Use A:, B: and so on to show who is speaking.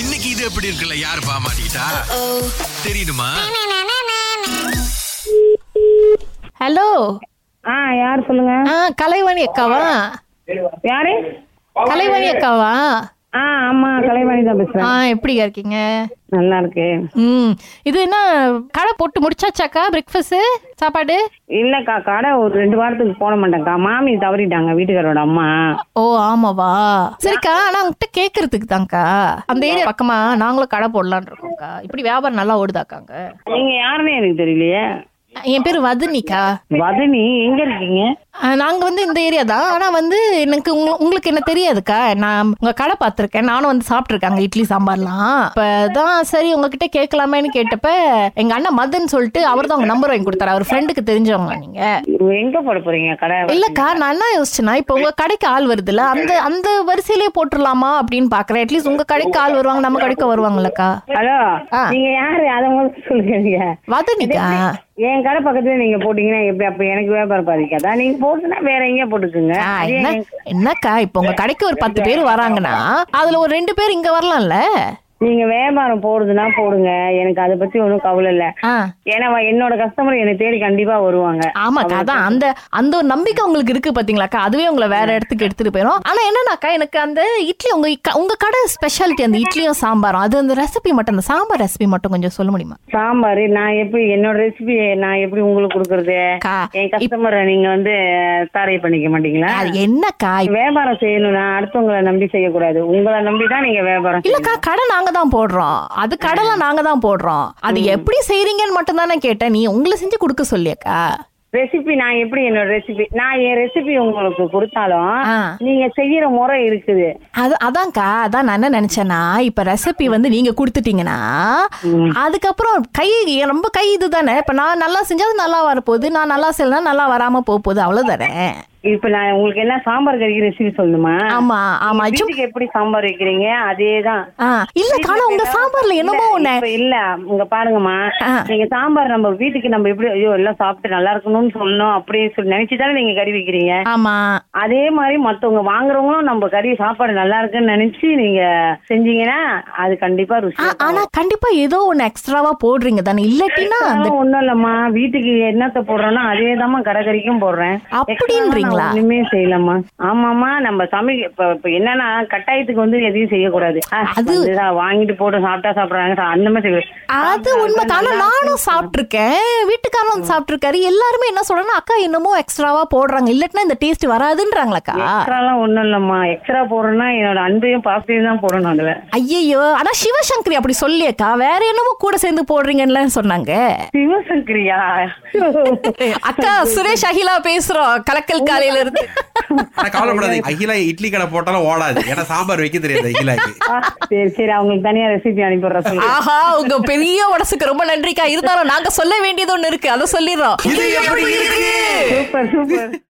A: இன்னைக்கு இது எப்படி இருக்குல்ல யார் பாமாட்டா தெரியுமா
B: ஹலோ
C: ஆ யார் சொல்லுங்க
B: ஆ கலைவாணி அக்காவா
C: யாரு
B: கலைவாணி அக்காவா
C: ஆ ஆமா கலைவாணி தான் பேசுறேன்
B: ஆ எப்படியா இருக்கீங்க
C: நல்லா இருக்கு
B: ம் இது என்ன கடை போட்டு முடிச்சாச்சாக்கா பிரேக்ஃபாஸ்ட் சாப்பாடு
C: இல்லக்கா கடை ஒரு ரெண்டு வாரத்துக்கு போட மாட்டேங்க்கா மாமி தவறிட்டாங்க வீட்டுக்காரோட அம்மா
B: ஓ ஆமாவா சரிக்கா ஆனா உங்ககிட்ட கேக்குறதுக்கு தான்க்கா அந்த ஏரியா பக்கமா நாங்களும் கடை போடலாம்னு இருக்கோம்க்கா இப்படி வியாபாரம் நல்லா ஓடுதாக்காங்க
C: நீங்க யாருன்னே எனக்கு தெரியலையே
B: என் பேர் வதனிக்கா
C: வதனி எங்க இருக்கீங்க
B: ஆ, நாங்க வந்து இந்த ஏரியா தான் ஆனா வந்து எனக்கு உங்க- உங்களுக்கு என்ன தெரியாதுக்கா நான் உங்க கடை பார்த்திருக்கேன் நானும் வந்து சாப்பிட்ருக்காங்க இட்லி சாம்பார்லாம் இப்பதான் சரி உங்ககிட்ட கேட்கலாமேன்னு கேட்டப்ப எங்க அண்ணன் மதன் சொல்லிட்டு அவர் தான் உங்க நம்பர் வாங்கி கொடுத்தாரு அவர் ஃப்ரெண்டுக்கு தெரிஞ்சவங்க நீங்க
C: எங்க போட போறீங்க கடை
B: இல்லக்கா நான் என்ன யோசிச்சேன்னா இப்போ உங்க கடைக்கு ஆள் வருதுல்ல அந்த அந்த வரிசையிலே போட்டுடலாமா அப்படின்னு பாக்குறேன் அட்லீஸ்ட் உங்க கடைக்கு ஆள் வருவாங்க நம்ம கடைக்கு வருவாங்கல்லக்கா
C: ஹலோ
B: ஆ.
C: நீங்க யாரு அதை முதல்ல சொல்லுங்க நீங்க
B: வதனிக்கா
C: என் கடை பக்கத்துல நீங்க போட்டீங்கன்னா எப்படி அப்ப எனக்கு வியாபாரம் பாதிக்காதா நீங்க போட்டுனா வேற எங்கேயா போட்டுக்குங்க
B: ஆ, என்ன என்னக்கா இப்போ உங்க கடைக்கு ஒரு பத்து பேர் வராங்கன்னா அதுல ஒரு ரெண்டு பேர் இங்க வரலாம்ல
C: நீங்க வியாபாரம் போடுதுன்னா போடுங்க எனக்கு அதை பத்தி ஒன்றும் கவலை இல்ல
B: ஆ
C: ஏன்னா வ- என்னோட கஸ்டமர் என்னை தேடி கண்டிப்பா வருவாங்க
B: ஆமாக்கா அதான் அந்த அந்த ஒரு நம்பிக்கை உங்களுக்கு இருக்கு பாத்தீங்களாக்கா அதுவே உங்களை வேற இடத்துக்கு எடுத்துட்டு போயிடும் ஆனா என்னன்னாக்கா எனக்கு அந்த இட்லி உங்க இக்க- உங்க கடை ஸ்பெஷாலிட்டி அந்த இட்லியும் சாம்பாரும் அது அந்த ரெசிபி மட்டும் அந்த சாம்பார் ரெசிபி மட்டும் கொஞ்சம் சொல்ல முடியுமா
C: சாம்பார் நான் எப்படி என்னோட ரெசிபி நான் எப்படி உங்களுக்கு கொடுக்கறது
B: அக்கா
C: என் கஸ்டமரை நீங்க வந்து தாரை பண்ணிக்க மாட்டீங்களா
B: அது என்னக்கா இப்ப-
C: வியாபாரம் செய்யணும்னா அடுத்தவங்களை நம்பி செய்யக்கூடாது உங்களை நம்பி தான் நீங்க வியாபாரம் செய்யணும்.
B: இல்லக்கா கடை நாங்க தான் போடுறோம் அது கடைலாம் நாங்க தான் போடுறோம் அது எப்படி செய்றீங்கன்னு மட்டும் தானே கேட்டேன் நீ உங்களை செஞ்சு கொடுக்க சொல்லியக்கா
C: ரெசிபி நான் எப்படி என்னோட ரெசிபி நான் என் ரெசிபி உங்களுக்கு கொடுத்தாலும்
B: ஆ.
C: நீங்க செய்யற முறை இருக்குது
B: அது அதான்க்கா அதான் நான் என்ன நினைச்சேன்னா இப்ப ரெசிபி வந்து நீங்க கொடுத்துட்டீங்கன்னா அதுக்கப்புறம் கை என் ரொம்ப கை இதுதானே இப்ப நான் நல்லா செஞ்சா அது நல்லா வரப்போகுது நான் நல்லா செய்யலாம் நல்லா வராம போக போகுது அவ்வளவுதானே
C: இப்ப நான் உங்களுக்கு என்ன சாம்பார் கறிக்கு ரெசிபி சொல்லணுமா
B: ஆமா ஆமா சும்-
C: வீட்டுக்கு எப்படி சாம்பார் வைக்கிறீங்க அதே தான்
B: ஆ இல்ல காணா உங்க சாம்பார்ல என்னமோ ஒண்ணு
C: இப்ப இல்ல உங்க பாருங்கம்மா
B: ஆ.
C: நீங்க சாம்பார் நம்ம வீட்டுக்கு நம்ம எப்படி ஐயோ எல்லாம் சாப்பிட்டு நல்லா இருக்கணும்னு சொல்லணும் அப்படின்னு சொல்லி நினைச்சுதானே நீங்க கறி வைக்கிறீங்க
B: ஆமா
C: அதே மாதிரி மத்தவங்க வாங்குறவங்களும் நம்ம கறி சாப்பாடு நல்லா இருக்குன்னு நினைச்சு நீங்க செஞ்சீங்கன்னா அது கண்டிப்பா ருசி
B: ஆ, ஆனா கண்டிப்பா ஏதோ ஒண்ணு எக்ஸ்ட்ராவா போடுறீங்க தானே இல்லாட்டினா அந்த
C: ஒண்ணும் இல்லம்மா வீட்டுக்கு என்னத்த போடுறோம்னா அதே தாம்மா கறிக்கும் போடுறேன்
B: அப்படின்றீங்களா?
C: Extra நான் ஒண்ணுமே செய்யலம்மா ஆமாமா நம்ம சமைக்க இப்ப இப்ப என்னன்னா கட்டாயத்துக்கு வந்து எதையும் செய்யக்கூடாது ஆ, வந்துதா, வாங்கிட்டு போட்டு சாப்பிட்டா சாப்பிடுறாங்க சா- அந்த மாதிரி செய்யக்கூடாது.
B: அது உண்மை தானே நானும் சாப்பிட்டிருக்கேன் வீட்டுக்காரரும் வந்து சாப்பிட்டிருக்காரு எல்லாருமே என்ன சொல்றேன்னா அக்கா என்னமோ எக்ஸ்ட்ராவா போடுறாங்க இல்லாட்டினா இந்த டேஸ்ட் வராதுன்றாங்களாக்கா
C: எக்ஸ்ட்ராலாம் ஒண்ணும் இல்லம்மா எக்ஸ்ட்ரா போடுறேன்னா என்னோட அன்பையும் பாசத்தையும் தான் போடணும் அதுல
B: ஐயையோ ஆனா சிவசங்கரி அப்படி சொல்லியக்கா வேற என்னமோ கூட சேர்ந்து போடுறீங்கன்னு சொன்னாங்க
C: சிவசங்கரியா
B: அக்கா சுரேஷ் அகிலா பேசுறோம் கலக்கல் காலையில இருந்து
D: ஆனா கவலைப்படாது அகிலா இட்லி கடை போட்டாலும் ஓடாது ஏன்னா சாம்பார் வைக்க தெரியாது அகிலாக்கு
C: ஆ, சரி சரி அவங்களுக்கு தனியா ரெசிபி அனுப்பிடுறேன் சொல்லு.
B: ஆஹா உங்க பெரிய மனசுக்கு ரொம்ப நன்றிக்கா இருந்தாலும் நாங்க சொல்ல வேண்டியது ஒண்ணு இருக்கு அதை சொல்லிடுறோம்
D: இது எப்படி இருக்கு
C: சூப்பர் சூப்பர்